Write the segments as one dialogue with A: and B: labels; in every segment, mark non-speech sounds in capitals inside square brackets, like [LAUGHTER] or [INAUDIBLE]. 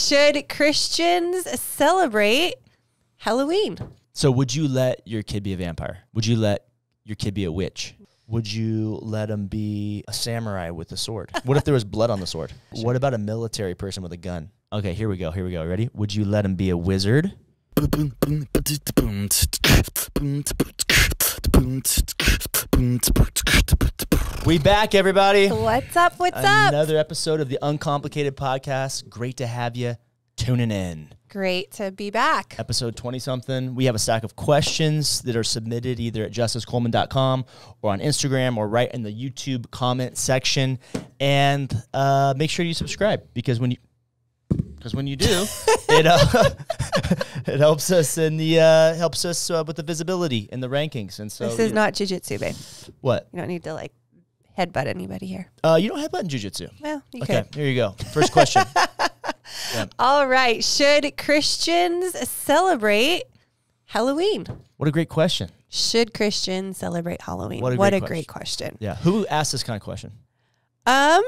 A: should Christians celebrate Halloween?
B: So would you let your kid be a vampire? Would you let your kid be a witch? Would you let him be a samurai with a sword? [LAUGHS] What if there was blood on the sword? What about a military person with a gun? Okay, here we go. Here we go. Ready? Would you let him be a wizard? We back, everybody.
A: What's up? What's up?
B: Another episode of the Uncomplicated Podcast. Great to have you tuning in.
A: Great to be back.
B: episode 20 something. We have a stack of questions that are submitted either at justicecoleman.com or on Instagram or right in the YouTube comment section. And uh, make sure you subscribe because when you because when
A: [LAUGHS]
B: you do, it uh, [LAUGHS] it helps us in the uh, helps us uh, with the visibility and the rankings. And so
A: This is not jujitsu, babe.
B: what
A: You don't need to like headbutt anybody here.
B: uh, you don't have that in jujitsu.
A: Well, you
B: Okay,
A: could.
B: here you go.
A: [LAUGHS]
B: First question.
A: All right. Should Christians celebrate Halloween?
B: what a great question.
A: Should Christians celebrate Halloween?
B: What a great
A: great question.
B: Yeah, who asked this kind of question?
A: Um,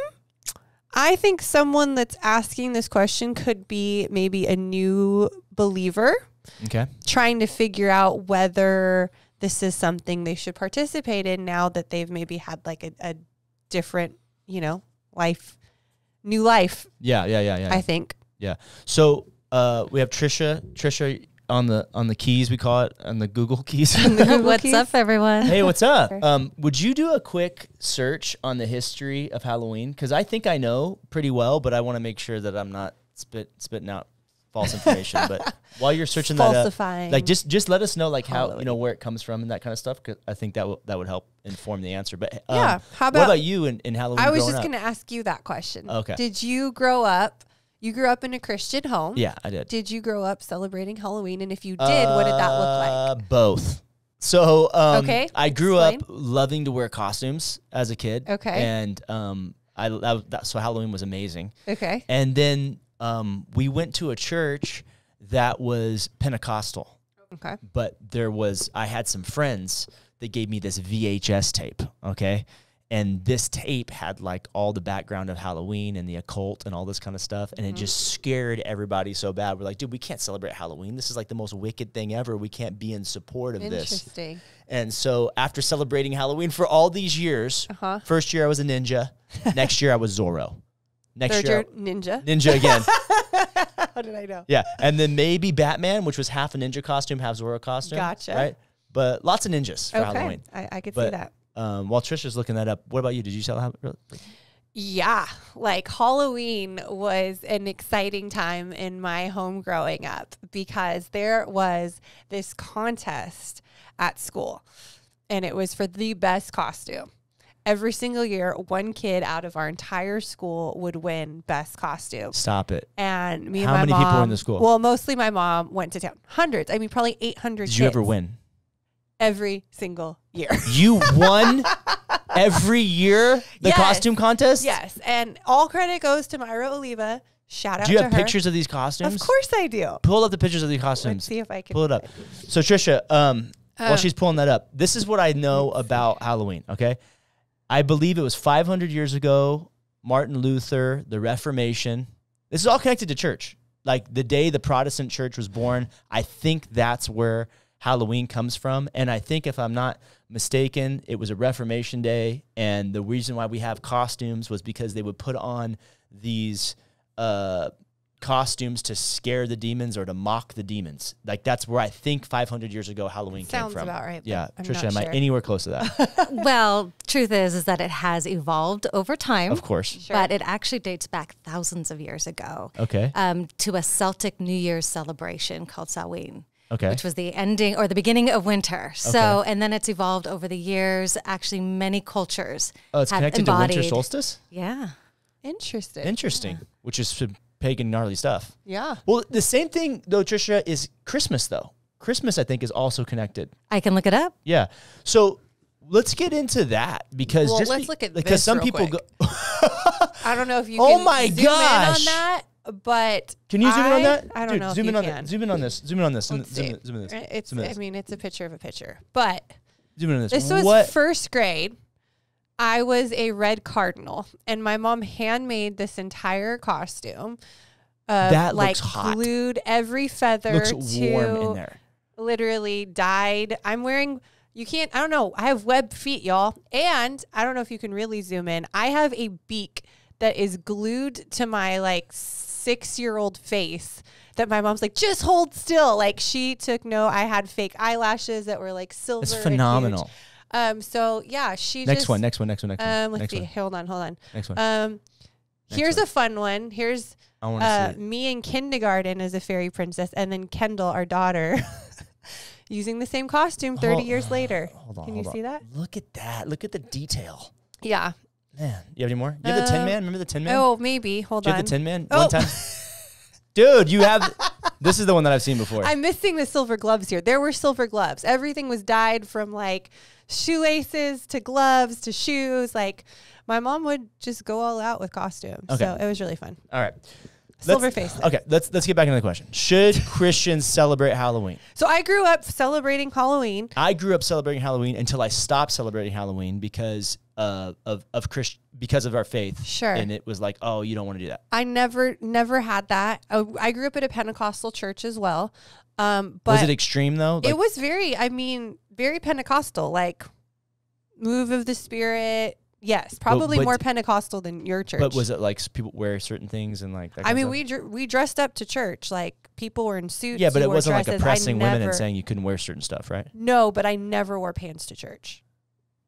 A: I think someone that's asking this question could be maybe a new believer
B: Okay.
A: trying to figure out whether this is something they should participate in now that they've maybe had like a, a different, you know, life, new life,
B: Yeah, yeah, yeah, yeah.
A: I [LAUGHS] think.
B: Yeah. So uh, we have Trisha, Trisha on the on the keys we call it on the
A: [LAUGHS]
B: Google keys.
C: What's up, everyone?
B: hey, what's up? [LAUGHS] Um, would you do a quick search on the history of Halloween? Because I think I know pretty well, but I want to make sure that I'm not spit spitting out false information.
A: [LAUGHS]
B: but while you're searching that
A: Falsifying.
B: up, like just just let us know like how you know where it comes from and that kind of stuff. Because I think that will that would help inform the answer. But um,
A: Yeah, how
B: what
A: about-
B: about you in, in Halloween?
A: I was
B: growing
A: just
B: up?
A: going to ask you that question.
B: Okay.
A: Did you grow up, you grew up in a Christian home?
B: Yeah, I did.
A: Did you grow up celebrating Halloween? And if you did, what did that look like?
B: Uh, Both. So um,
A: Okay,
B: I grew up
A: explain.
B: loving to wear costumes as a kid.
A: Okay.
B: and um, I that, that, so Halloween was amazing.
A: Okay.
B: And then um, we went to a church that was Pentecostal,
A: Okay.
B: but there was I had some friends that gave me this VHS tape. Okay. And this tape had like all the background of Halloween and the occult and all this kind of stuff. And
A: Mm-hmm.
B: it just scared everybody so bad. We're like, dude, we can't celebrate Halloween. This is like the most wicked thing ever. We can't be in support of this.
A: Interesting.
B: And so after celebrating Halloween for all these years,
A: Uh-huh.
B: first year I was a ninja, next year I was Zorro. Next
A: Third
B: year,
A: year ninja.
B: ninja again.
A: [LAUGHS] How did I know?
B: Yeah, and then maybe Batman, which was half a ninja costume, half Zorro costume.
A: Gotcha.
B: Right, but lots of ninjas for
A: Okay.
B: Halloween.
A: I, I could see
B: But
A: that.
B: Um, while Trisha's looking that up, what about you? Did you sell Halloween?
A: Yeah, like Halloween was an exciting time in my home growing up because there was this contest at school and it was for the best costume. Every single year, one kid out of our entire school would win best costume.
B: Stop it!
A: And me and
B: How
A: my
B: many people were in
A: mom-
B: the school?
A: Well, mostly my mom went to town. Hundreds. I mean, probably 800
B: Did you ever
A: kids
B: win?
A: Every single year. [LAUGHS]
B: You won every year the
A: Yes.
B: costume contest.
A: yes. And all credit goes to Myra Oliva. Shout out
B: Do you
A: to
B: have
A: her.
B: pictures of these costumes?
A: Of course I do.
B: Pull up the pictures of the costumes.
A: Let's see Oh. if I can
B: pull it up. So Trisha, um, while she's pulling that up, this is what I know about Halloween. Okay, I believe it was 500 years ago. Martin Luther, the Reformation. This is all connected to church. Like the day the Protestant church was born, I think that's where Halloween comes from. And I think, if I'm not mistaken, it was a Reformation day. And the reason why we have costumes was because they would put on these uh, costumes to scare the demons or to mock the demons. Like that's where I think 500 years ago Halloween
A: Sounds
B: came from.
A: about right, but
B: Yeah,
A: I'm
B: Trisha,
A: not
B: am I
A: sure.
B: anywhere close to that?
C: well, truth is, is that it has evolved over time,
A: [LAUGHS]
B: of course.
C: but it actually dates back thousands of years ago
B: Okay.
C: um, to a Celtic New Year's celebration called Samhain.
B: Okay.
C: Which was the ending or the beginning of winter. So, and then it's evolved over the years. Actually, many cultures
B: Oh, it's
C: have
B: connected
C: embodied.
B: to winter solstice.
C: Yeah.
A: Interesting.
B: Interesting, which is some pagan gnarly stuff.
A: yeah.
B: Well, the same thing though, Trisha, is Christmas though. Christmas, I think, is also connected.
C: I can look it up.
B: Yeah. So let's get into that because
A: Well,
B: just
A: let's
B: be-
A: look at
B: because
A: this
B: some
A: real
B: people
A: quick.
B: go.
A: I don't know if you
B: Oh
A: can
B: my
A: zoom in
B: gosh.
A: on that, but
B: Can you zoom in
A: I,
B: on that?
A: I don't
B: Dude,
A: know.
B: Zoom
A: if
B: in
A: you
B: on
A: can.
B: that. Zoom in on this. Zoom in on this. Zoom,
A: Let's see.
B: zoom, in- zoom in this.
A: It's,
B: zoom in
A: I
B: this.
A: mean, it's a picture of a picture, but
B: zoom in on this.
A: this was
B: what?
A: first grade. I was a red cardinal, and my mom handmade this entire costume of
B: That
A: like
B: looks hot.
A: glued every feather
B: Looks
A: to
B: warm in there.
A: literally dyed. I'm wearing. You can't. I don't know. I have webbed feet, y'all, and I don't know if you can really zoom in. I have a beak that is glued to my like six year old face. That my mom's like, just hold still. Like she took no. I had fake eyelashes that were like silver.
B: That's
A: and huge.
B: phenomenal.
A: Um. So yeah, she
B: Next
A: just,
B: one, next one, next one, next
A: Um.
B: one.
A: Let's
B: Next
A: see.
B: one.
A: Hold on. Hold on.
B: Next one.
A: Um. here's
B: one.
A: a fun one. Here's
B: I want to
A: uh,
B: see it.
A: me in kindergarten as a fairy princess, and then Kendall, our daughter, [LAUGHS] using the same costume 30
B: Hold-
A: years later.
B: [SIGHS] Hold on.
A: Can you
B: hold on.
A: see that?
B: Look at that. Look at the detail.
A: Yeah.
B: Man, you have any more? You have the Tin
A: Um,
B: Man. Remember the Tin Man?
A: Oh, maybe. Hold
B: Do you
A: on.
B: have the Tin Man?
A: Oh. [LAUGHS]
B: One time. Dude, you have. [LAUGHS] this is the one that I've seen before.
A: I'm missing the silver gloves here. There were silver gloves. Everything was dyed from like shoelaces to gloves to shoes. Like my mom would just go all out with costumes.
B: Okay.
A: So it was really fun.
B: All right.
A: Silver
B: Let's-
A: face.
B: Okay, let's let's get back into the question. Should Christians celebrate Halloween?
A: So I grew up celebrating Halloween.
B: I grew up celebrating Halloween until I stopped celebrating Halloween because uh, of of Christ- because of our faith.
A: Sure.
B: And it was like, oh, you don't want to do that.
A: I never, never had that. I, I grew up at a Pentecostal church as well. Um, but
B: was it extreme though? Like,
A: it was very i mean very pentecostal like move of the spirit yes probably
B: but-
A: more pentecostal than your church
B: but was it like s- people wear certain things and like? That
A: i
B: kind of
A: mean we
B: stuff?
A: dr- we dressed up to church like people were in suits
B: Yeah, but
A: you
B: it
A: wore
B: wasn't like
A: dresses. I
B: oppressing women
A: never-
B: and saying you couldn't wear certain stuff, right?
A: no but i never wore pants to church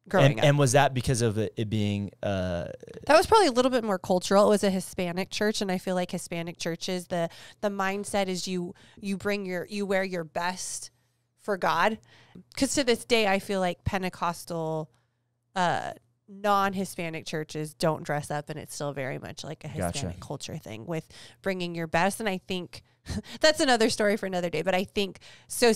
A: growing
B: And,
A: up
B: and was that because of it, it being? Uh,
A: that was probably a little bit more cultural it was a hispanic church and i feel like hispanic churches the the mindset is you you bring your you wear your best for god because to this day i feel like pentecostal uh non-hispanic churches don't dress up and it's still very much like a
B: Gotcha.
A: hispanic culture thing with bringing your best and i think [LAUGHS] that's another story for another day but i think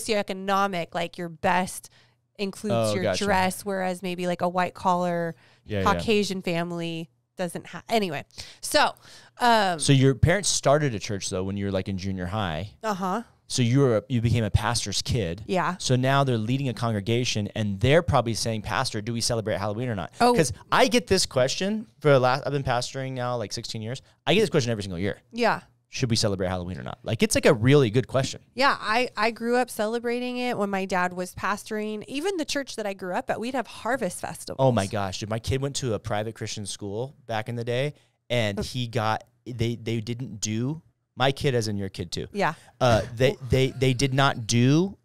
A: socioeconomic like your best includes
B: Oh,
A: your
B: gotcha.
A: dress whereas maybe like a white collar
B: yeah,
A: Caucasian family doesn't have. Anyway, so, um,
B: So your parents started a church though when you were like in junior high.
A: uh huh,
B: So you were a, you became a pastor's kid.
A: yeah,
B: So now they're leading a congregation and they're probably saying, Pastor, do we celebrate Halloween or not?
A: Oh.
B: Because I get this question for the last, I've been pastoring now like 16 years. I get this question every single year
A: yeah,
B: Should we celebrate Halloween or not? Like, it's like a really good question.
A: yeah. I I grew up celebrating it when my dad was pastoring. Even the church that I grew up at, we'd have harvest festivals.
B: Oh my gosh, dude. My kid went to a private Christian school back in the day and he got, they, they didn't do, my kid as in your kid too.
A: Yeah.
B: Uh, they, they, they did not do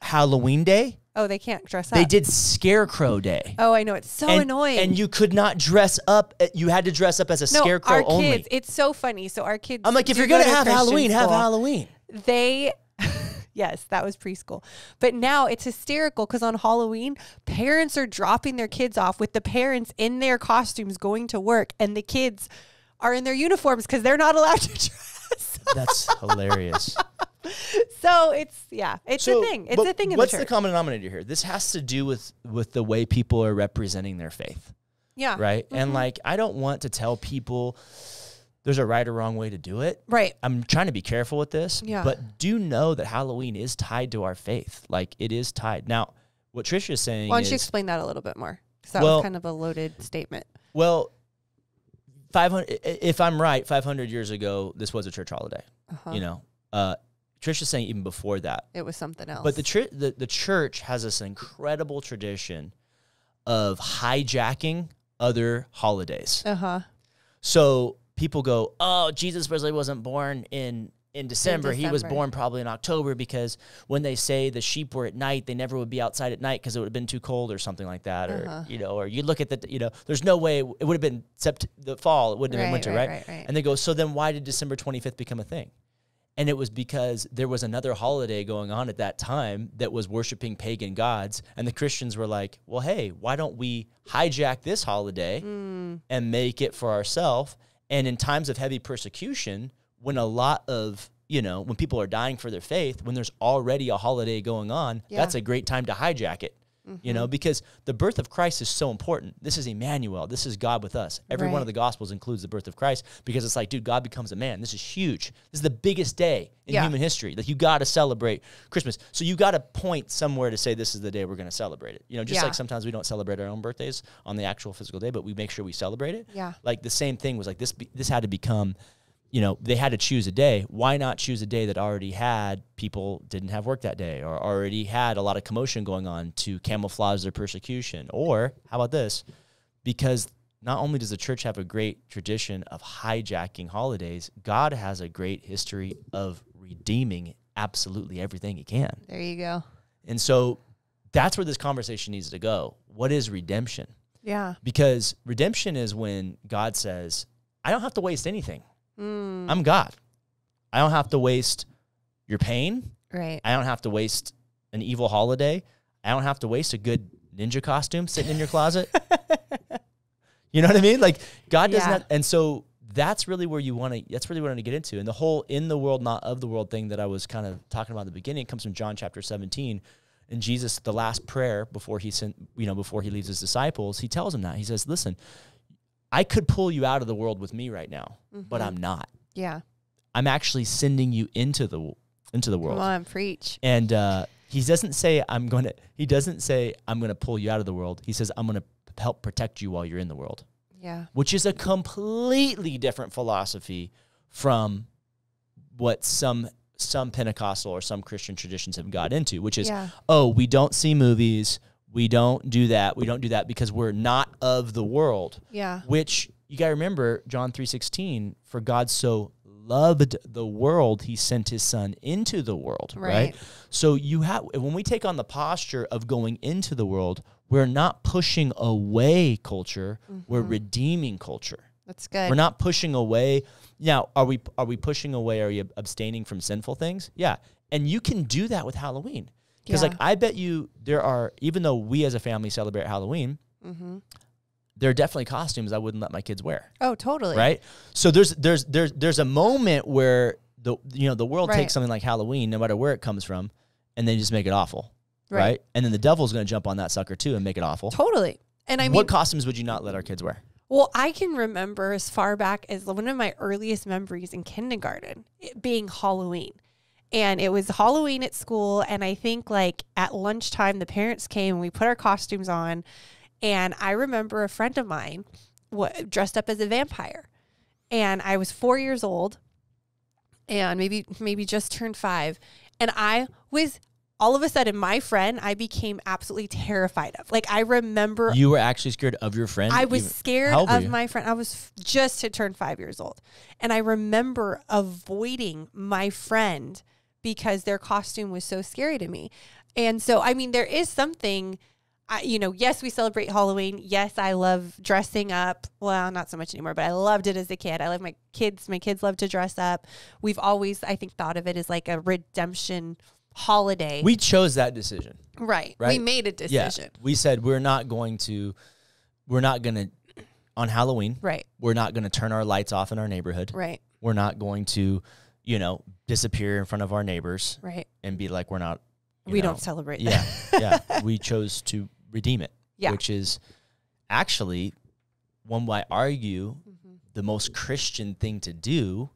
B: Halloween day.
A: Oh, they can't dress up.
B: They did Scarecrow day.
A: Oh, I know. It's so
B: and,
A: annoying.
B: And you could not dress up. uh, You had to dress up as a
A: no,
B: scarecrow
A: our
B: only.
A: kids. It's so funny. So our kids.
B: I'm like, if
A: do
B: you're gonna
A: go to
B: have
A: Christian
B: Halloween, have
A: school. [LAUGHS]
B: Halloween.
A: They. Yes, that was preschool. But now it's hysterical because on Halloween, parents are dropping their kids off with the parents in their costumes going to work, and the kids are in their uniforms because they're not allowed [LAUGHS] to dress.
B: That's hilarious.
A: so it's, yeah, it's a thing. It's a thing in the
B: what's
A: church.
B: the common denominator here? This has to do with with the way people are representing their faith,
A: yeah.
B: right?
A: Mm-hmm.
B: And like, I don't want to tell people there's a right or wrong way to do it.
A: Right.
B: I'm trying to be careful with this,
A: Yeah.
B: but do know that Halloween is tied to our faith. Like, it is tied. Now, what Trisha is saying
A: Why don't
B: is,
A: you explain that a little bit more? Because that
B: Well-
A: was kind of a loaded statement.
B: Well, 500, i- if I'm right, 500 years ago, this was a church holiday,
A: Uh-huh.
B: you know. Uh, Trisha's saying even before that.
A: It was something else.
B: But the, tr- the, the church has this incredible tradition of hijacking other holidays.
A: uh huh.
B: So people go, oh, Jesus really wasn't born in in December. He was
A: December.
B: born probably in October because when they say the sheep were at night, they never would be outside at night because it would have been too cold or something like that, or
A: Uh-huh.
B: you know, or you look at the, you know, there's no way it would have been sept- the fall. It wouldn't have been
A: Right,
B: winter,
A: right,
B: right?
A: right, right.
B: And they go, so then why did December 25th become a thing? And it was because there was another holiday going on at that time that was worshiping pagan gods. And the Christians were like, well, hey, why don't we hijack this holiday
A: Mm. Mm-hmm.
B: and make it for ourselves? And in times of heavy persecution, when a lot of, you know, when people are dying for their faith, when there's already a holiday going on,
A: Yeah. Mm-hmm.
B: that's a great time to hijack it. You know, because the birth of Christ is so important. This is Emmanuel. This is God with us. Every one
A: Right.
B: of the Gospels includes the birth of Christ because it's like, dude, God becomes a man. This is huge. This is the biggest day in
A: Yeah.
B: human history. Like, you got to celebrate Christmas. So, you got to point somewhere to say, this is the day we're going to celebrate it. You know, just
A: Yeah.
B: like sometimes we don't celebrate our own birthdays on the actual physical day, but we make sure we celebrate it.
A: Yeah.
B: Like, the same thing was like, this, be, this had to become you know, they had to choose a day. Why not choose a day that already had people didn't have work that day or already had a lot of commotion going on to camouflage their persecution? Or how about this? Because not only does the church have a great tradition of hijacking holidays, God has a great history of redeeming absolutely everything he can.
A: There you go.
B: And so that's where this conversation needs to go. What is redemption?
A: Yeah.
B: Because redemption is when God says, I don't have to waste anything.
A: Mm.
B: I'm God. I don't have to waste your pain.
A: Right.
B: I don't have to waste an evil holiday. I don't have to waste a good ninja costume sitting in your closet. you know what I mean? Like God does
A: Yeah.
B: not and so that's really where you want to that's really what I want to get into. And the whole in the world, not of the world thing that I was kind of talking about at the beginning comes from John chapter 17. And Jesus, the last prayer before he sent, you know, before he leaves his disciples, he tells him that. He says, Listen, I could pull you out of the world with me right now, but I'm not.
A: Mm-hmm. Yeah.
B: I'm actually sending you into the into the
A: Come
B: world.
A: on, preach.
B: And uh, he doesn't say I'm going to. He doesn't say I'm going to pull you out of the world. He says I'm going to help protect you while you're in the world,
A: Yeah.
B: which is a completely different philosophy from what some some Pentecostal or some Christian traditions have got into, which is
A: Yeah.
B: oh we don't see movies, we don't do that, we don't do that because we're not of the world
A: Yeah.
B: which you got to remember John 3:16 for God so loved the world he sent his son into the world right,
A: Right.
B: so you have when we take on the posture of going into the world we're not pushing away culture we're
A: Mm-hmm.
B: redeeming culture
A: That's good.
B: we're not pushing away now are we are we pushing away are you abstaining from sinful things yeah and you can do that with Halloween because
A: Yeah.
B: like I bet you there are even though we as a family celebrate Halloween
A: mm-hmm.
B: there are definitely costumes I wouldn't let my kids wear
A: Oh, totally.
B: right so there's there's there's there's a moment where the you know the world
A: Right.
B: takes something like halloween no matter where it comes from and they just make it awful right,
A: Right.
B: and then the devil's going to jump on that sucker too and make it awful
A: Totally. And I mean,
B: what costumes would you not let our kids wear
A: Well, I can remember as far back as one of my earliest memories in kindergarten it being Halloween. And it was Halloween at school. And I think like at lunchtime, the parents came and we put our costumes on. And I remember a friend of mine wa dressed up as a vampire. And I was four years old and maybe, maybe just turned five. And I was all of a sudden, my friend, I became absolutely terrified of. Like, I remember
B: you were actually scared of your friend
A: I was
B: even-
A: scared
B: How old were
A: of
B: you?
A: my friend. I was f- just had turned five years old. And I remember avoiding my friend because their costume was so scary to me. And so, I mean, there is something, I, you know, yes, we celebrate Halloween. Yes, I love dressing up. Well, not so much anymore, but I loved it as a kid. I love my kids. My kids love to dress up. We've always, I think, thought of it as like a redemption holiday.
B: we chose that decision
A: right. We
B: Right.
A: made a decision.
B: yeah we said we're not going to we're not going to on halloween
A: Right.
B: we're not going to turn our lights off in our neighborhood
A: Right.
B: we're not going to you know disappear in front of our neighbors
A: Right.
B: and be like we're not you
A: we
B: know,
A: don't celebrate that.
B: yeah [LAUGHS]
A: [LAUGHS]
B: yeah we chose to redeem it
A: Yeah.
B: which is actually one might argue
A: Mm-hmm.
B: the most christian thing to do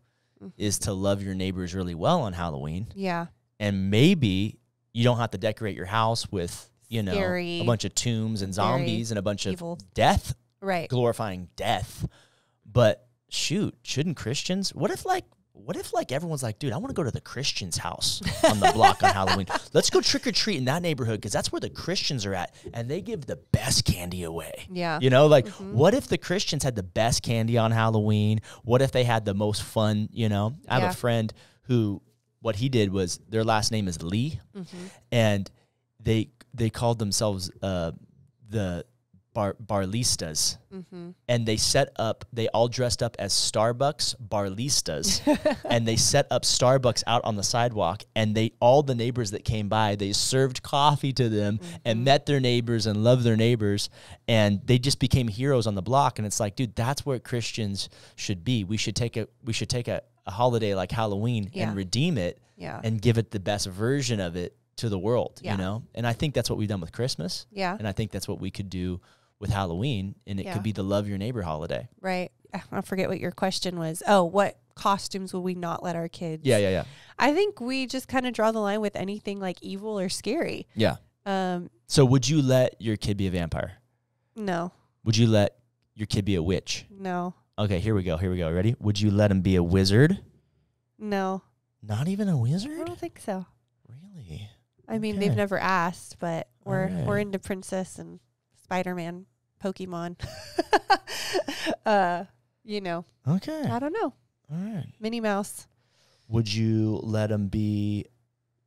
B: is to love your neighbors really well on halloween
A: Yeah.
B: and maybe you don't have to decorate your house with you know
A: Scary.
B: a bunch of tombs and
A: Scary.
B: zombies and a bunch of
A: Evil.
B: death
A: Right.
B: glorifying death. But shoot, shouldn't Christians? What if like what if like everyone's like, dude, I want to go to the Christian's house on the
A: [LAUGHS]
B: block on Halloween. Let's go trick or treat in that neighborhood because that's where the Christians are at, and they give the best candy away.
A: Yeah. Mm-hmm.
B: You know, like what if the Christians had the best candy on Halloween? What if they had the most fun? You know, I have
A: Yeah.
B: a friend who what he did was their last name is Lee,
A: Mm-hmm.
B: and they they called themselves uh, the bar, barlistas, and they set up. They all dressed up as Starbucks barlistas, and they set up Starbucks out on the sidewalk. And they all the neighbors that came by, they served coffee to them and met their neighbors and loved their neighbors, and they just became heroes on the block. And it's like, dude, that's where Christians should be. We should take a we should take a, a holiday like Halloween
A: Yeah.
B: and redeem it
A: Yeah.
B: and give it the best version of it to the world,
A: Yeah.
B: you know? And I think that's what we've done with Christmas.
A: yeah.
B: And I think that's what we could do with Halloween. And it
A: Yeah.
B: could be the love your neighbor holiday.
A: Right. I forget what your question was. Oh, what costumes will we not let our kids?
B: Yeah, yeah, yeah.
A: I think we just kind of draw the line with anything like evil or scary.
B: Yeah.
A: Um,
B: So would you let your kid be a vampire?
A: no,
B: Would you let your kid be a witch?
A: no.
B: Okay, here we go. Here we go. Ready? Would you let him be a wizard?
A: No,
B: Not even a
A: I
B: wizard?
A: don't think so.
B: Really?
A: I mean, they've
B: Okay.
A: never asked, but we're we're
B: Alright.
A: into Princess and Spider Man, Pokemon. [LAUGHS] uh, you know,
B: Okay.
A: I
B: All
A: don't know.
B: right.
A: Minnie Mouse.
B: Would you let him be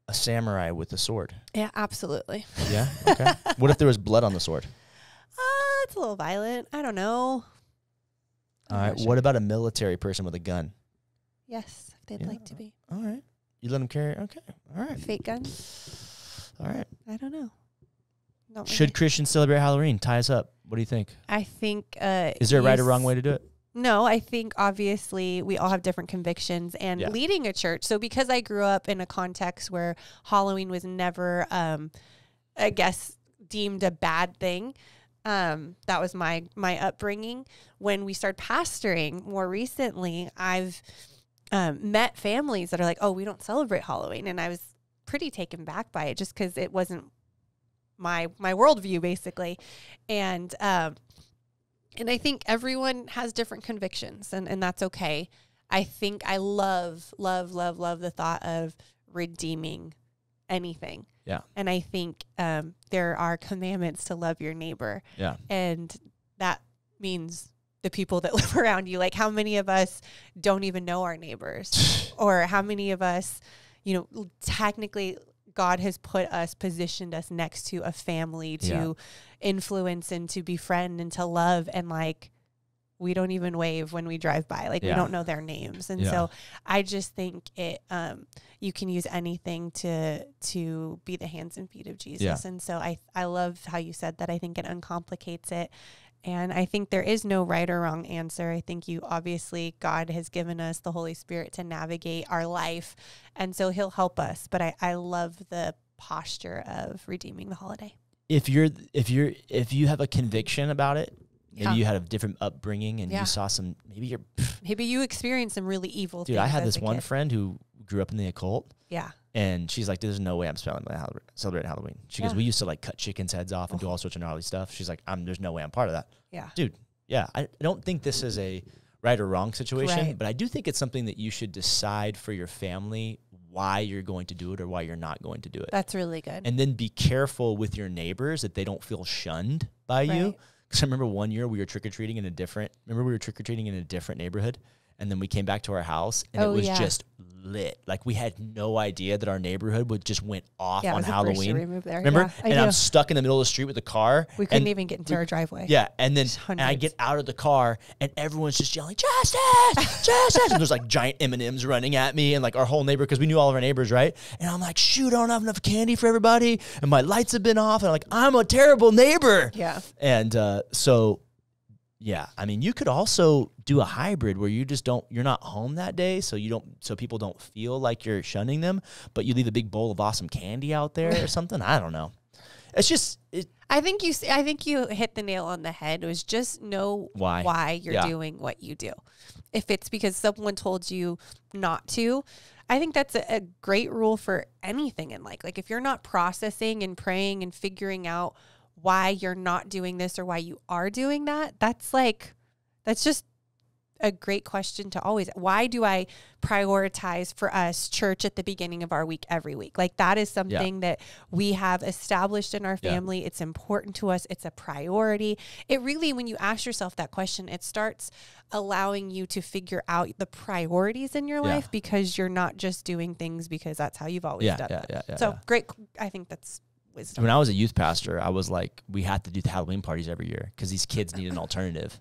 B: a samurai with a sword?
A: Yeah, absolutely.
B: Yeah.
A: [LAUGHS]
B: Okay. what if there was blood on the sword?
A: Uh, it's a little violent. I don't know.
B: All
A: I'm
B: right.
A: not sure.
B: What about a military person with a gun?
A: Yes, if they'd
B: Yeah.
A: like to be
B: All right. You let him carry? Okay. All right.
A: fake gun.
B: All right.
A: I don't know. Not
B: Should
A: really.
B: Christians celebrate Halloween? Tie us up. What do you think?
A: I think? Uh,
B: Is there a right or
A: yes-
B: wrong way to do it?
A: No, I think obviously we all have different convictions and
B: Yeah.
A: leading a church. So because I grew up in a context where Halloween was never, um, I guess, deemed a bad thing. Um, that was my my upbringing. When we started pastoring more recently, I've um, met families that are like, "Oh, we don't celebrate Halloween," and I was pretty taken back by it just because it wasn't my my worldview basically, and um, and I think everyone has different convictions, and, and that's okay. I think I love, love, love, love the thought of redeeming anything.
B: Yeah.
A: And I think um, there are commandments to love your neighbor.
B: Yeah.
A: And that means the people that [LAUGHS] live around you. Like, how many of us don't even know our neighbors? or how many of us, you know, l- technically, God has put us, positioned us next to a family to
B: Yeah.
A: influence and to befriend and to love. And like, we don't even wave when we drive by. Like, we
B: Yeah.
A: don't know their names. And
B: Yeah.
A: so I just think it, um, you can use anything to to be the hands and feet of Jesus. And so I I love how you said that. I think it uncomplicates it. And I think there is no right or wrong answer. I think you obviously God has given us the Holy Spirit to navigate our life. And so he'll help us. But I, I love the posture of redeeming the holiday.
B: if you're if you're if you have a conviction about it maybe
A: Yeah.
B: you had a different upbringing and
A: Yeah.
B: you saw some maybe you're
A: Maybe you experienced some really evil
B: dude
A: things.
B: i had
A: as
B: this
A: a
B: one
A: kid.
B: friend who grew up in the occult
A: yeah.
B: and she's like there's no way i'm celebrating Hall- celebrating halloween she goes
A: Yeah. Oh.
B: we used to like cut chickens heads off and do all sorts of gnarly stuff she's like i'm there's no way i'm part of that
A: Yeah.
B: dude yeah i I don't think this is a right or wrong situation
A: Right.
B: but i do think it's something that you should decide for your family why you're going to do it or why you're not going to do it
A: That's really good.
B: and then be careful with your neighbors that they don't feel shunned by you.
A: Right.
B: Because I remember one year we were trick or treating in a different. Remember we were trick or treating in a different neighborhood, and then we came back to our house and
A: Oh,
B: it was
A: yeah.
B: just lit. Like we had no idea that our neighborhood would just went off
A: yeah, it
B: on
A: was the first year we
B: Halloween.
A: moved there.
B: Remember?
A: Yeah, I
B: and
A: do.
B: I'm stuck in the middle of the street with a car.
A: we couldn't
B: and-
A: even get into our driveway.
B: Yeah, and then
A: Just
B: and I
A: hundreds.
B: get out of the car and everyone's just yelling justice, justice, and there's like giant M and M's running at me and like our whole neighbor because we knew all of our neighbors, right? And I'm like, shoot, I don't have enough candy for everybody, and my lights have been off, and I'm like, I'm a terrible neighbor.
A: Yeah.
B: And uh, so, yeah, I mean, you could also do a hybrid where you just don't, you're not home that day, so you don't, so people don't feel like you're shunning them, but you leave a big bowl of awesome candy out there or something. I don't know. It's just it,
A: I think you. s- I think you hit the nail on the head. It was just know
B: Why.
A: you're
B: Yeah.
A: doing what you do. If it's because someone told you not to, I think that's a, a great rule for anything in life. Like if you're not processing and praying and figuring out why you're not doing this or why you are doing that, that's like that's just a great question to always why do i prioritize for us church at the beginning of our week every week like that is something that we have established in our
B: Yeah.
A: family it's important to us it's a priority it really when you ask yourself that question it starts allowing you to figure out the priorities in your
B: Yeah.
A: life because you're not just doing things because that's how you've always
B: Yeah,
A: done
B: yeah,
A: them.
B: yeah, yeah,
A: so
B: yeah.
A: great i think that's wisdom
B: when I was a youth pastor, I was like, we have to do the Halloween parties every year because these kids need an alternative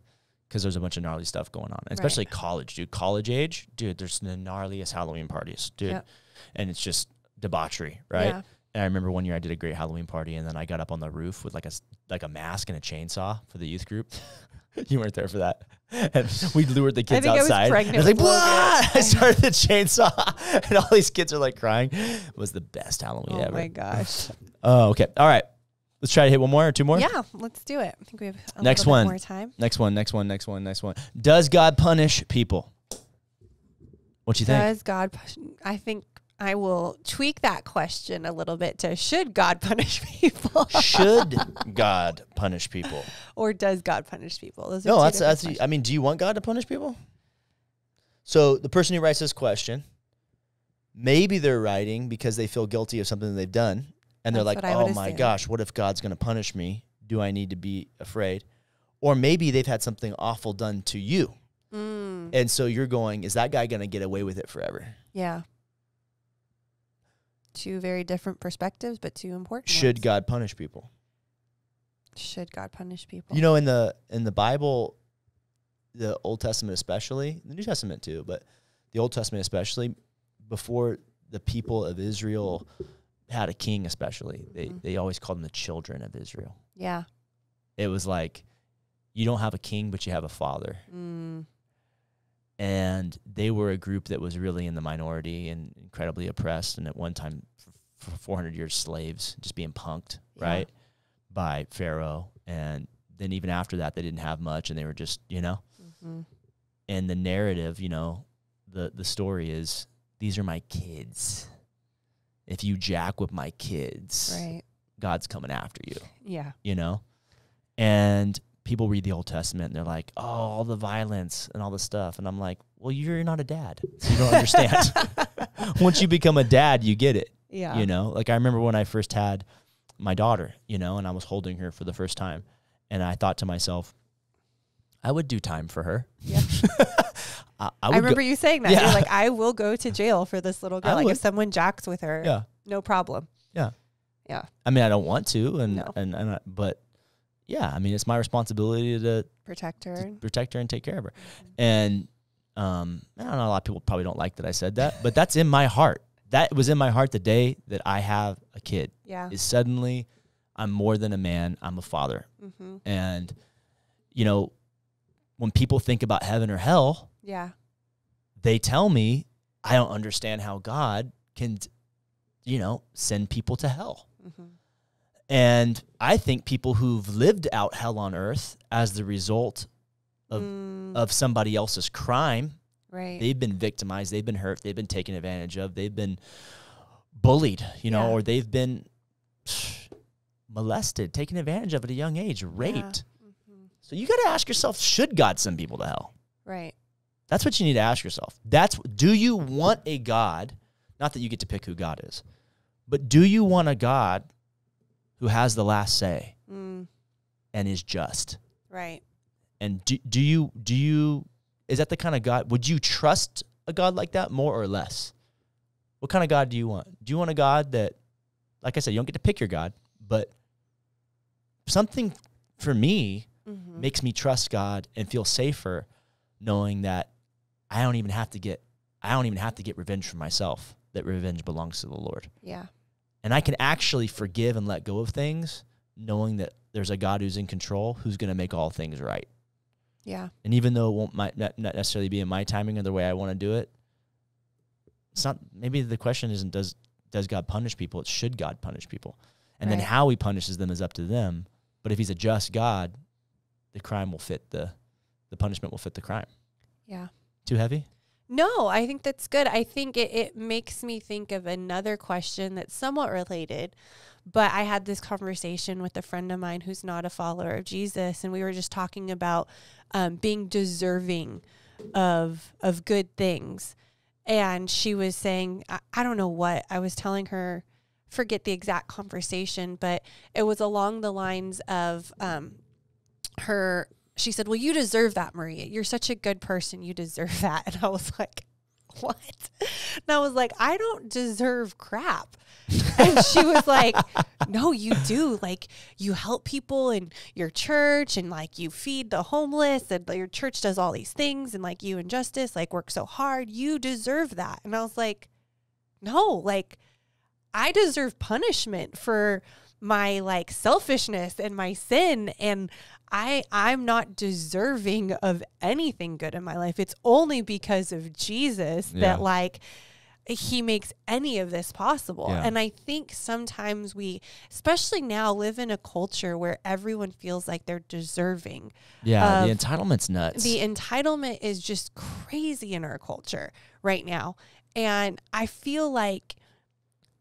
B: because there's a bunch of gnarly stuff going on, and
A: Right.
B: especially college, dude. College age, dude, there's the gnarliest Halloween parties, dude.
A: Yep.
B: And it's just debauchery, right?
A: Yeah.
B: And I remember one year I did a great Halloween party, and then I got up on the roof with like a s- like a mask and a chainsaw for the youth group. [LAUGHS] you weren't there for that. [LAUGHS] And we lured the kids
A: think I was
B: outside.
A: pregnant
B: and I was like,
A: with Logan.
B: "Wah!" [LAUGHS] I started the chainsaw, [LAUGHS] and all these kids are like crying. It was the best Halloween
A: oh
B: ever.
A: my gosh
B: Oh, okay. All right. Let's try to hit one more or two more.
A: yeah let's do it i think we have a
B: Next
A: little bit
B: one.
A: more time
B: Next one, next one, next one, next one. Does God punish people? What you think?
A: Does God? punish- I think I will tweak that question a little bit to should God punish [LAUGHS] people
B: [LAUGHS]
A: [LAUGHS]
B: Should God punish people?
A: or does God punish people? Those are
B: No,
A: two
B: that's
A: different
B: that's.
A: questions.
B: I mean, do you want God to punish people? So the person who writes this question, maybe they're writing because they feel guilty of something that they've done, and they're
A: That's
B: like,
A: what I would
B: "Oh my
A: assume.
B: gosh, what if God's going to punish me? Do I need to be afraid?" Or maybe they've had something awful done to you,
A: Mm,
B: and so you're going, "Is that guy going to get away with it forever?
A: yeah. Two very different perspectives, but two important.
B: Should
A: ones.
B: God punish people?"
A: should God punish people?
B: You know, in the in the Bible, the Old Testament especially, the New Testament too, but the Old Testament especially, before the people of Israel had a king, especially they
A: Mhm.
B: they always called them the children of Israel.
A: yeah.
B: It was like you don't have a king, but you have a father,
A: Mm.
B: and they were a group that was really in the minority and incredibly oppressed, and at one time for 400 years slaves, just being punked,
A: Yeah.
B: right, by Pharaoh, and then even after that, they didn't have much, and they were just you know.
A: hmm
B: and the narrative, you know, the the story is these are my kids. If you jack with my kids,
A: Right.
B: God's coming after you,
A: Yeah.
B: you know? And people read the Old Testament and they're like, "Oh, all the violence and all this stuff." And I'm like, "Well, you're not a dad. You don't
A: [LAUGHS]
B: understand. [LAUGHS] Once you become a dad, you get it."
A: Yeah.
B: you know like i remember when i first had my daughter you know and i was holding her for the first time and i thought to myself i would do time for her
A: Yeah.
B: [LAUGHS] I, I
A: I,
B: would go-
A: remember you saying that.
B: Yeah.
A: You're like, I will go to jail for this little
B: I
A: girl. Like
B: would.
A: if someone jacks with her,
B: yeah
A: no problem.
B: i mean i don't want to and
A: No.
B: and, and I, but yeah i mean it's my responsibility to,
A: Protect her.
B: to protect her and take care of her
A: Mm-hmm.
B: and um i don't know a lot of people probably don't like that i said that but that's in my heart that was in my heart the day that i have a kid
A: yeah.
B: is suddenly i'm more than a man i'm a father
A: hmm
B: And, you know, when people think about heaven or hell,
A: Yeah.
B: they tell me, I don't understand how God can, you know, send people to hell.
A: hmm
B: And I think people who've lived out hell on earth as the result Of-
A: mm,
B: of somebody else's crime,
A: right.
B: they've been victimized, they've been hurt, they've been taken advantage of, they've been bullied, you know,
A: Yeah.
B: or they've been molested, taken advantage of at a young age, raped.
A: hmm
B: So you got to ask yourself, should God send people to hell?
A: Right.
B: That's what you need to ask yourself. That's do you want a God? Not that you get to pick who God is, but do you want a God who has the last say
A: Mm,
B: and is just?
A: right.
B: And do, do you do you is that the kind of God would you trust a God like that more or less? What kind of God do you want? Do you want a God that like I said, you don't get to pick your God, but something for me
A: hmm
B: makes me trust God and feel safer knowing that I don't even have to get I don't even have to get revenge for myself that revenge belongs to the Lord.
A: Yeah.
B: And I can actually forgive and let go of things knowing that there's a God who's in control who's going to make all things right.
A: Yeah.
B: And even though it won't might not not necessarily be in my timing or the way I want to do it, it's not maybe the question isn't does does God punish people? It's should God punish people? And then
A: Right.
B: how he punishes them is up to them. But if he's a just God, the crime will fit the the punishment will fit the crime.
A: Yeah.
B: Too heavy?
A: No, I think that's good. I think it, it makes me think of another question that's somewhat related. But I had this conversation with a friend of mine who's not a follower of Jesus, and we were just talking about um, being deserving of of good things. And she was saying, I, I don't know what I was telling her. Forget the exact conversation, but it was along the lines of um, her she said well you deserve that maria you're such a good person you deserve [LAUGHS] that and i was like what and i was like i don't deserve crap [LAUGHS] and she was like no you do like you help people in your church and like you feed the homeless and your church does all these things and like you and justice like work so hard you deserve that and i was like no like i deserve punishment for my like selfishness and my sin and I I'm not deserving of anything good in my life. It's only because of Jesus
B: Yeah.
A: that like he makes any of this possible.
B: Yeah.
A: And I think sometimes we especially now live in a culture where everyone feels like they're deserving.
B: Yeah,
A: Of
B: the entitlement's nuts.
A: The entitlement is just crazy in our culture right now. And I feel like,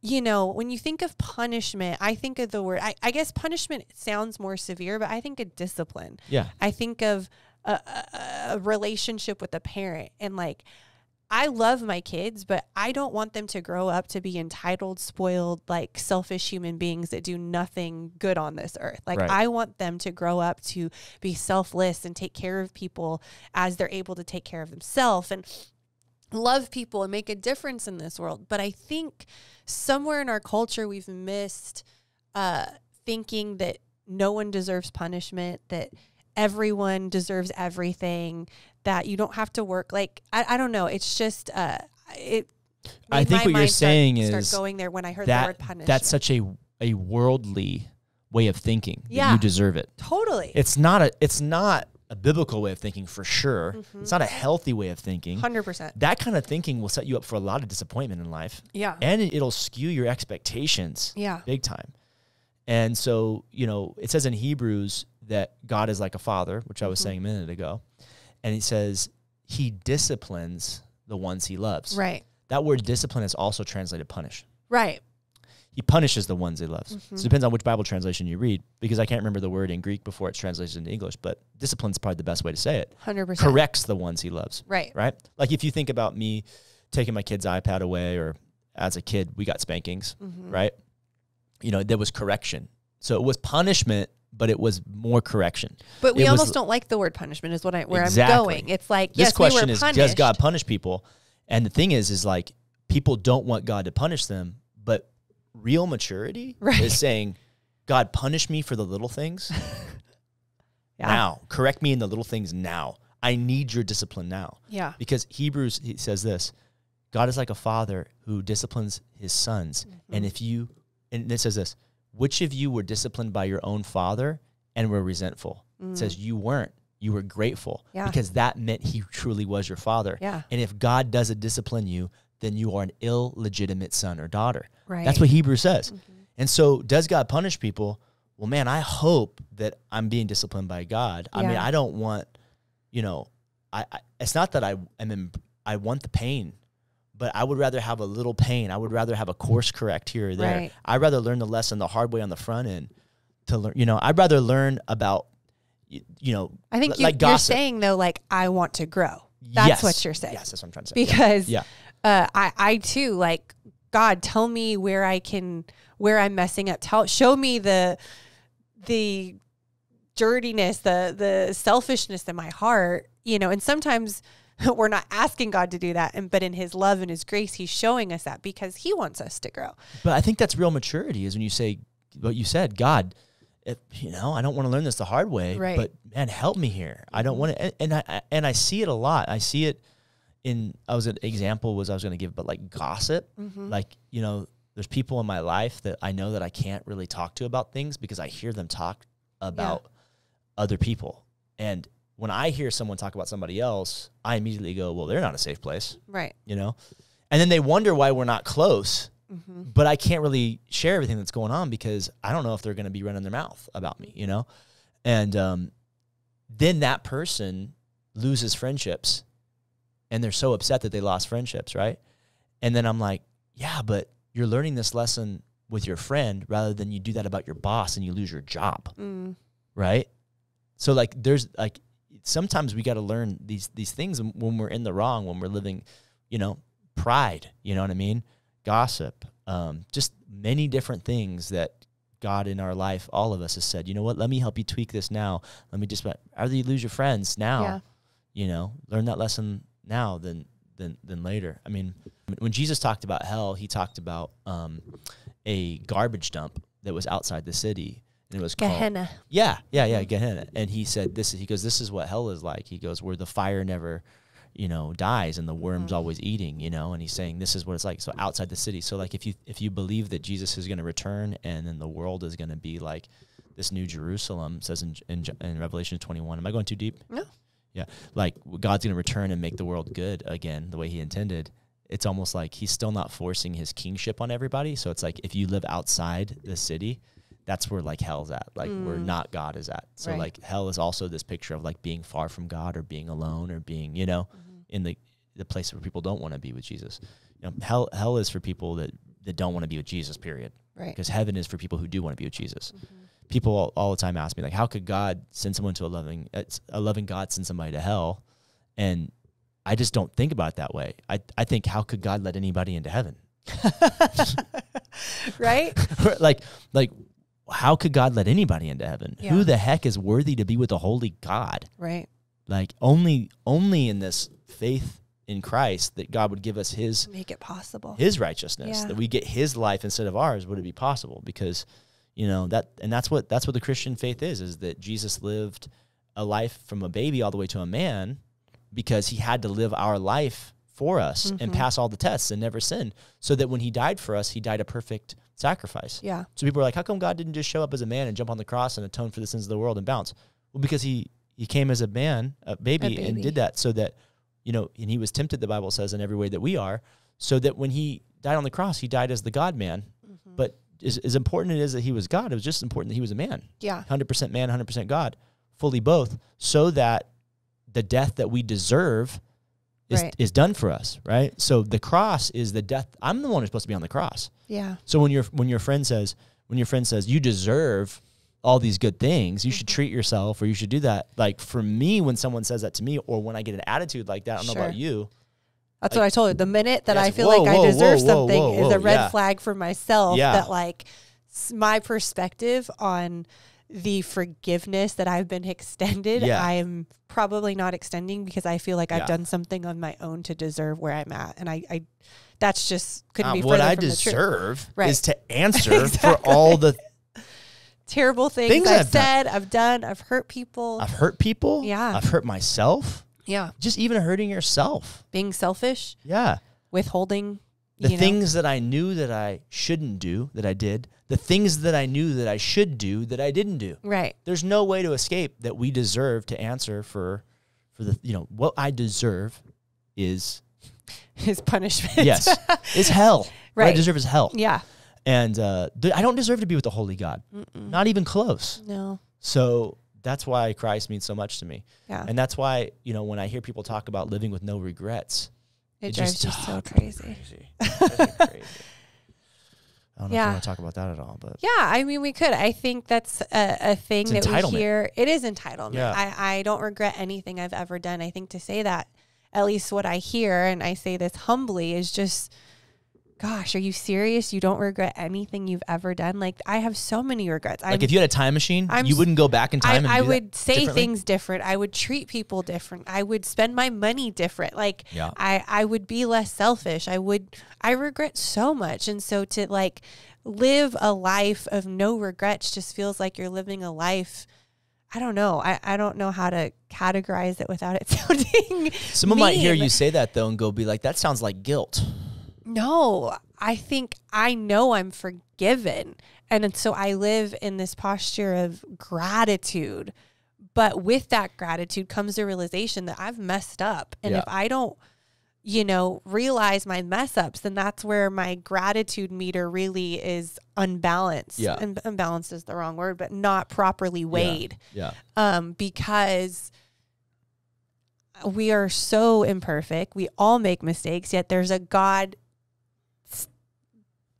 A: you know, when you think of punishment, I think of the word, I, I guess punishment sounds more severe, but I think of discipline.
B: Yeah.
A: I think of a, a, a relationship with a parent and like, I love my kids, but I don't want them to grow up to be entitled, spoiled, like selfish human beings that do nothing good on this earth. Like,
B: Right.
A: I want them to grow up to be selfless and take care of people as they're able to take care of themselves and love people and make a difference in this world. But I think somewhere in our culture, we've missed uh, thinking that no one deserves punishment, that everyone deserves everything, that you don't have to work. Like, I, I don't know. It's just, uh, it.
B: I
A: made
B: think
A: my
B: what you're
A: mind start-
B: saying is
A: start going there when I heard the word
B: That
A: punishment.
B: that's such a a worldly way of thinking. that
A: Yeah.
B: you deserve it.
A: totally
B: It's not a it's not a biblical way of thinking for sure.
A: Mm-hmm.
B: It's not a healthy way of thinking.
A: hundred percent.
B: That kind of thinking will set you up for a lot of disappointment in life.
A: Yeah,
B: and it- it'll skew your expectations
A: Yeah.
B: big time and so you know it says in hebrews that god is like a father which i was saying a minute ago and it says he disciplines the ones he loves
A: right,
B: that word discipline is also translated punish
A: right.
B: he punishes the ones he loves so it depends on which bible translation you read because i can't remember the word in greek before it's translated into english but discipline's probably the best way to say it
A: Hundred percent.
B: corrects the ones he loves
A: Right.
B: right? Like if you think about me taking my kid's iPad away, or as a kid we got spankings,
A: Mm-hmm.
B: right? You know, there was correction, so it was punishment, but it was more correction.
A: But we
B: It was-
A: almost don't like the word punishment. Is what I where
B: Exactly.
A: I'm going. It's like
B: This
A: yes,
B: question
A: we were
B: is,
A: punished.
B: does God punish people? And the thing is, is like people don't want God to punish them, but real maturity
A: Right.
B: is saying, God, punish me for the little things
A: [LAUGHS] Yeah.
B: now. Correct me in the little things now. I need your discipline now.
A: Yeah.
B: Because Hebrews he says this God is like a father who disciplines his sons.
A: Hmm.
B: And if you, and it says this, which of you were disciplined by your own father and were resentful?
A: Mm-hmm.
B: It says you weren't. You were grateful
A: Hmm. Yeah.
B: because that meant he truly was your father.
A: Yeah.
B: And if God doesn't discipline you, then you are an illegitimate son or daughter.
A: Right. Mm-hmm.
B: That's what Hebrews says. And so, does God punish people? Well, man, I hope that I'm being disciplined by God. I mean,
A: Yeah.
B: I don't want, you know, I, I it's not that I am in, I want the pain, but I would rather have a little pain. I would rather have a course correct here or there.
A: Right.
B: I'd rather learn the lesson the hard way on the front end to learn. You know, I'd rather learn about, y- you know,
A: I think
B: l-
A: you,
B: like
A: you're
B: gossip.
A: saying though, like I want to grow. That's
B: Yes.
A: what you're saying.
B: Yes, that's what I'm trying to say. Yeah.
A: [LAUGHS] Because
B: Yeah.
A: Uh, I I too like God. Tell me where I can where I'm messing up. Tell show me the the dirtiness, the the selfishness in my heart. You know, and sometimes [LAUGHS] we're not asking God to do that, and but in His love and His grace, He's showing us that because He wants us to grow.
B: But I think that's real maturity is when you say what you said, God, if, you know, I don't want to learn this the hard way,
A: Right.
B: but man, help me here. I don't want to. And, and I- I and I see it a lot. I see it in. I was an example was I was going to give, but like gossip,
A: Mm-hmm.
B: like you know, there's people in my life that I know that I can't really talk to about things because I hear them talk about other people, and when I hear someone talk about somebody else, I immediately go, well, they're not a safe place
A: Right.
B: you know and then they wonder why we're not close
A: Mm-hmm.
B: but i can't really share everything that's going on because i don't know if they're going to be running their mouth about me you know and um, then that person loses friendships and they're so upset that they lost friendships right and then i'm like yeah but you're learning this lesson with your friend rather than you do that about your boss and you lose your job
A: Mm.
B: right so like there's like sometimes we got to learn these these things when we're in the wrong when we're living you know pride you know what i mean gossip um, just many different things that god in our life all of us has said you know what let me help you tweak this now let me just rather you lose your friends now
A: Yeah.
B: you know learn that lesson now than than than later i mean when jesus talked about hell he talked about um, a garbage dump that was outside the city and it was called
A: Gehenna.
B: yeah, yeah, yeah, Gehenna. And he said, "This is." He goes, "This is what hell is like." He goes, "Where the fire never, you know, dies, and the worm's always eating." You know, and he's saying, "This is what it's like." So outside the city. So like, if you if you believe that Jesus is going to return, and then the world is going to be like this new Jerusalem, says in in, in Revelation twenty one. Am I going too deep?
A: No.
B: Yeah, like God's going to return and make the world good again, the way He intended. It's almost like He's still not forcing His kingship on everybody. So it's like if you live outside the city, that's where like hell's at, like where not God is at. So
A: Right.
B: like hell is also this picture of like being
A: Mm-hmm.
B: far from God or being alone or being you know in the the place where people don't want to be with Jesus. you know, hell hell is for people that that don't want to be with Jesus. Period.
A: Right. Mm-hmm.
B: Because heaven is for people who do want to be with Jesus. People all, all the time ask me like, how could God send someone to a loving it's- a loving God send somebody to hell? And I just don't think about it that way. I I think how could God let anybody into heaven? [LAUGHS]
A: Right?
B: [LAUGHS] like like how could God let anybody into heaven?
C: Yeah.
B: Who the heck is worthy to be with a holy God?
A: [LAUGHS] right.
B: Like only only in this faith in Christ that God would give us his
A: Make it possible.
B: his righteousness,
A: Yeah.
B: that we get his life instead of ours, would it be possible? Because you know that and that's what that's what the Christian faith is is that Jesus lived a life from a baby all the way to a man because he had to live our life for us and pass all the tests and never sin so that when he died for us he died a perfect sacrifice.
A: Yeah.
B: So people are like, how come God didn't just show up as a man and jump on the cross and atone for the sins of the world and bounce? Well, because he he came as a man, a baby, and
A: baby.
B: did that so that you know, and he was tempted. The Bible says in every way that we are, so that when he died on the cross, he died as the God man.
A: Mm-hmm.
B: But as, as important it is that he was God, it was just important that he was a man,
A: Yeah.
B: hundred percent man, hundred percent God, fully both, so that the death that we deserve. Is,
A: Right.
B: is done for us, right? So the cross is the death. I'm the one who's supposed to be on the cross.
A: Yeah.
B: So when your when your friend says when your friend says you deserve all these good things, you
A: Mm-hmm.
B: should treat yourself or you should do that. Like for me, when someone says that to me, or when I get an attitude like that, I don't know
A: Sure.
B: about you.
A: That's what I told you. The minute that
B: Yeah,
A: I
B: it's
A: feel
B: whoa,
A: like
B: whoa,
A: I deserve
B: whoa, whoa,
A: something
B: whoa,
A: is
B: whoa,
A: a red
B: yeah.
A: flag for myself
B: Yeah.
A: that like s- my perspective on the forgiveness that I've been [LAUGHS] extended,
B: Yeah.
A: I am probably not extending because I feel like I've
B: Yeah.
A: done something on my own to deserve where I'm at. And I, I that's just couldn't
B: Uh,
A: be
B: what
A: further
B: I
A: from the truth.
B: deserve
A: Right. [LAUGHS]
B: is to answer for all the
A: Terrible things,
B: Things
A: I've,
B: I've done. Uh,
A: said, I've done, I've hurt people.
B: I've hurt people.
A: Yeah.
B: I've hurt myself.
A: yeah.
B: Just even hurting yourself.
A: Being selfish,
B: Yeah.
A: withholding
B: The
A: you know,
B: things that I knew that I shouldn't do that I did. The things that I knew that I should do that I didn't do.
A: Right. [LAUGHS]
B: there's no way to escape that we deserve to answer for for the you know what I deserve is
A: Is punishment. [LAUGHS]
B: yes is hell what
A: Right.
B: I deserve is hell
A: yeah.
B: and uh, th- I don't deserve to be with the holy God
A: Mm-hmm.
B: not even close
A: No.
B: so that's why Christ means so much to me
A: Yeah.
B: and that's why you know when I hear people talk about living with no regrets
A: It,
B: It
A: drives
B: just-
A: you so crazy.
B: I don't know if
A: Yeah.
B: I want to talk about that at all but
A: Yeah, I mean, we could. I think that's a, a thing that
B: It's entitlement.
A: we hear. It is entitlement.
B: Yeah.
A: I, I don't regret anything I've ever done. I think to say that, at least what I hear, and I say this humbly, is just, gosh, are you serious? You don't regret anything you've ever done? Like, I have so many regrets.
B: like if you had a time machine
A: I'm
B: you
A: s-
B: wouldn't go back in time and
A: I, I
B: do that
A: would say
B: differently?
A: things different. I would treat people different. I would spend my money different. Like
B: Yeah.
A: I, I would be less selfish. I would I regret so much. And so to like live a life of no regrets just feels like you're living a life I don't know. I, I don't know how to categorize it without it [LAUGHS] sounding
B: someone might hear
A: mean.
B: you say that though and go be like that sounds like guilt
A: No, I think I know I'm forgiven. And so I live in this posture of gratitude. But with that gratitude comes the realization that I've messed up. And
B: Yeah.
A: if I don't, you know, realize my mess ups, then that's where my gratitude meter really is unbalanced.
B: Yeah.
A: Un- unbalanced is the wrong word, but not properly weighed
B: yeah
A: um, because we are so imperfect. We all make mistakes, yet there's a God, s-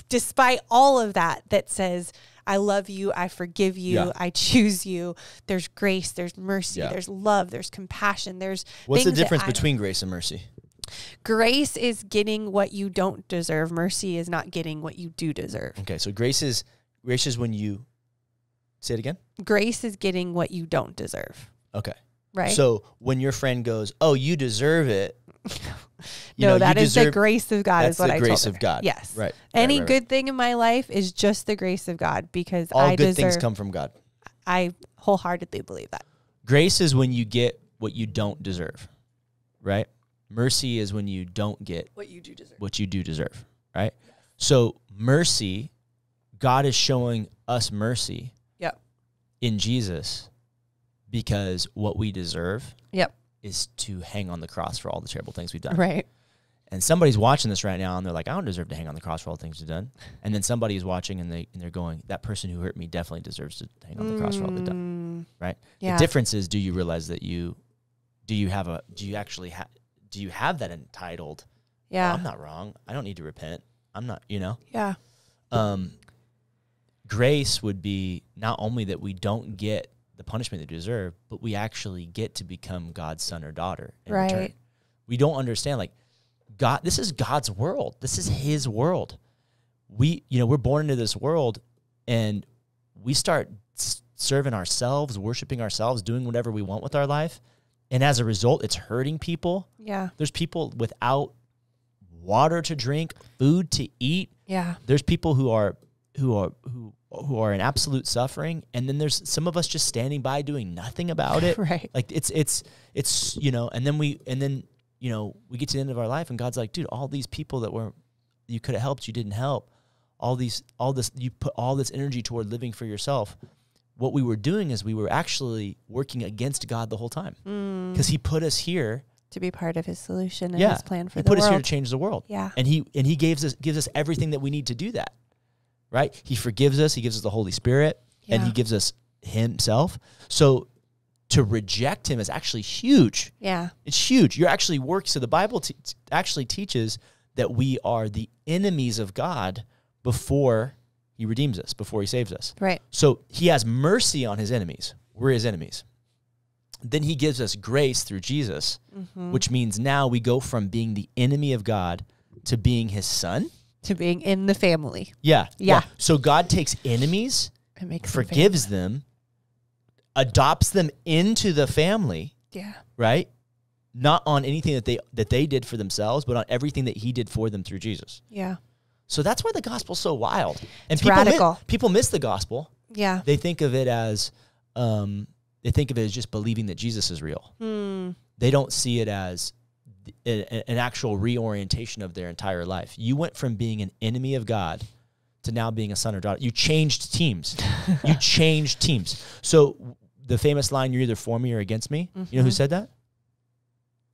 A: despite all of that, that says, I love you. I forgive you.
B: Yeah.
A: I choose you. There's grace. There's mercy.
B: Yeah.
A: There's love. There's compassion. There's
B: What's the
A: things that
B: difference
A: I-
B: between grace and mercy?
A: grace is getting what you don't deserve. Mercy is not getting what you do deserve.
B: Okay, so grace is grace is when you say it again.
A: Grace is getting what you don't deserve.
B: Okay,
A: Right.
B: so when your friend goes, "Oh, you
A: [LAUGHS]
B: deserve it," you
A: no,
B: know,
A: that
B: you
A: is the
B: deserve-
A: grace of God.
B: That's
A: is what
B: the
A: I
B: grace
A: told
B: of
A: her.
B: God.
A: Yes.
B: Right.
A: Any
B: Right, right, right.
A: good thing in my life is just the grace of God because
B: All
A: I
B: good
A: deserve.
B: things come from God.
A: I wholeheartedly believe that.
B: Grace is when you get what you don't deserve, right? Mercy is when you don't get
A: What you do deserve.
B: what you do deserve, right? So mercy, God is showing us mercy
A: Yep.
B: in Jesus because what we deserve
A: Yep.
B: is to hang on the cross for all the terrible things we've done.
A: Right.
B: and somebody's watching this right now and they're like, I don't deserve to hang on the cross for all the things you've done. And then somebody is watching and they and they're going, That person who hurt me definitely deserves to hang on the cross for all they've done.
A: Mm,
B: Right?
A: Yeah.
B: The difference is do you realize that you do you have a do you actually have do you have that entitled
A: Yeah.
B: I'm not wrong. I don't need to repent. I'm not, you know.
A: Yeah.
B: Um, grace would be not only that we don't get the punishment they deserve, but we actually get to become God's son or daughter. In Return.
A: Right.
B: We don't understand like God. This is God's world. This is His world. We, you know, we're born into this world, and we start s- serving ourselves, worshiping ourselves, doing whatever we want with our life, and as a result, it's hurting people.
A: Yeah.
B: There's people without water to drink, food to eat. [LAUGHS]
A: Yeah.
B: There's people who are who are who who are in absolute suffering, and then there's some of us just standing by doing nothing about it.
A: Right.
B: Like it's it's it's you know, and then we and then you know we get to the end of our life, and God's like, dude, all these people that were you could have helped, you didn't help. All these all this you put all this energy toward living for yourself. What we were doing is we were actually working against God the whole time because He put us here
A: Mm, To be part of his solution and his plan for
B: he
A: the
B: put us here
A: world.
B: to change the world.
A: Yeah.
B: And he and he gives us gives us everything that we need to do that. Right? He forgives us, he gives us the Holy Spirit, and he
A: Yeah.
B: gives us himself. So to reject him is actually huge.
A: yeah.
B: It's huge. You're actually work. So the Bible te- actually teaches that we are the enemies of God before he redeems us, before he saves us.
A: Right.
B: So he has mercy on his enemies. We're his enemies. Then he gives us grace through Jesus,
A: Mm-hmm.
B: which means now we go from being the enemy of God to being his son.
A: To being in the family.
B: Yeah.
A: Yeah.
B: So God takes enemies,
A: It makes them fam-
B: forgives them, adopts them into the family,
A: Yeah.
B: right? Not on anything that they that they did for themselves, but on everything that he did for them through Jesus.
A: Yeah.
B: So that's why the gospel's so wild. And
A: It's
B: people mi-
A: radical.
B: people miss the gospel.
A: Yeah.
B: they think of it as um, they think of it as just believing that Jesus is real.
A: Mm.
B: They don't see it as th- a- a- an actual reorientation of their entire life. You went from being an enemy of God to now being a son or daughter. You changed teams. you changed teams. So w- the famous line, "You're either for me or against me." You know who said that?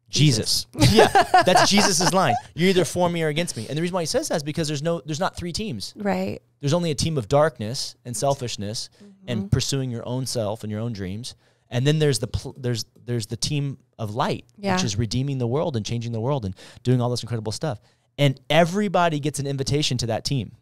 B: Jesus.
A: [LAUGHS]
B: yeah, that's Jesus's line. You're either for me or against me. And the reason why he says that is because there's no, there's not three teams
A: Right.
B: there's only a team of darkness and selfishness
A: Mm-hmm.
B: and pursuing your own self and your own dreams and then there's the pl- there's there's the team of light
A: Yeah.
B: which is redeeming the world and changing the world and doing all this incredible stuff and everybody gets an invitation to that team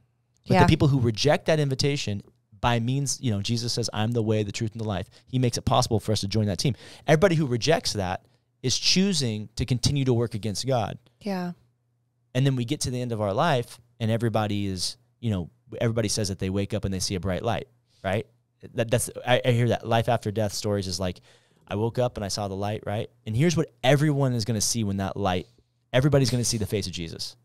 B: but
A: Yeah.
B: the people who reject that invitation by means you know jesus says i'm the way the truth and the life he makes it possible for us to join that team everybody who rejects that is choosing to continue to work against god
A: Yeah.
B: and then we get to the end of our life and everybody is you know everybody says that they wake up and they see a bright light right that, that's I, I hear that life after death stories is like i woke up and i saw the light right and here's what everyone is going to see when that light everybody's going to see the face of jesus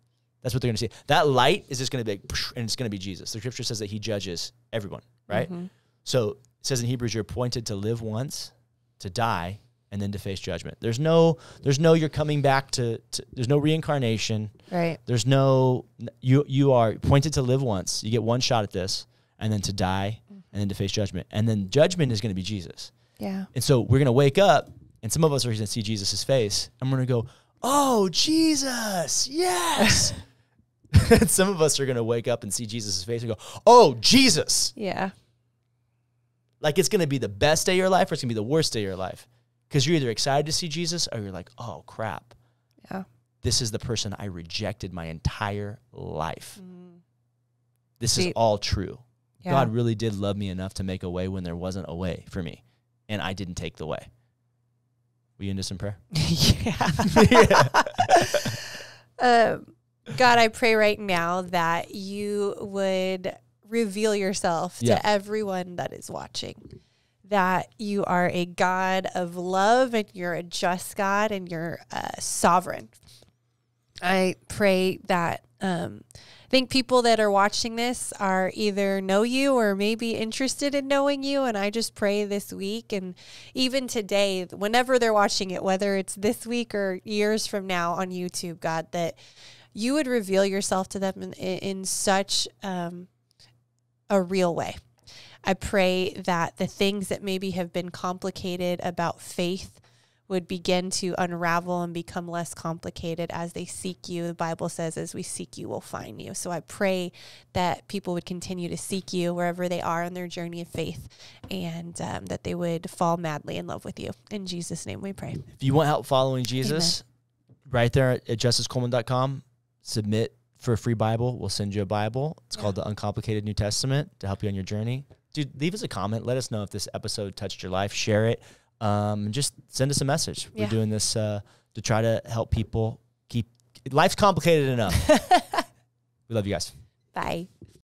B: that's what they're going to see that light is just going to be like, psh, and it's going to be jesus the scripture says that he judges everyone right
A: Mm-hmm.
B: so it says in hebrews you're appointed to live once to die and then to face judgment there's no there's no you're coming back to, to there's no reincarnation
A: Right.
B: there's no you you are appointed to live once. You get one shot at this and then to die and then to face judgment. And then judgment is going to be Jesus.
A: Yeah.
B: And so we're going to wake up and some of us are going to see Jesus' face and we're going to go, "Oh, Jesus. Yes." [LAUGHS] and some of us are going to wake up and see Jesus' face and go, "Oh, Jesus."
A: Yeah.
B: Like it's going to be the best day of your life or it's going to be the worst day of your life. Cuz you're either excited to see Jesus or you're like, "Oh, crap."
A: Yeah.
B: this is the person I rejected my entire life. This is
A: Deep.
B: all true.
A: Yeah.
B: God really did love me enough to make a way when there wasn't a way for me, and I didn't take the way. Will you end this in prayer?
A: yeah. [LAUGHS] um, God, I pray right now that you would reveal yourself
B: Yeah.
A: to everyone that is watching. That you are a God of love and you're a just God and you're uh, sovereign. I pray that um, I think people that are watching this are either know you or maybe interested in knowing you. And I just pray this week and even today, whenever they're watching it, whether it's this week or years from now on YouTube, God, that you would reveal yourself to them in, in such um, a real way. I pray that the things that maybe have been complicated about faith would begin to unravel and become less complicated as they seek you. The Bible says, as we seek you, we'll find you. So I pray that people would continue to seek you wherever they are on their journey of faith and um, that they would fall madly in love with you. In Jesus' name we pray.
B: If you want help following Jesus, right there at justicecoleman.com, submit for a free Bible. We'll send you a Bible. It's called the Uncomplicated New Testament to help you on your journey. Dude, leave us a comment. Let us know if this episode touched your life. Share it. Um, and just send us a message.
A: Yeah.
B: We're doing this uh, to try to
A: [LAUGHS]
B: help people keep life's complicated enough. we love you guys.
A: Bye.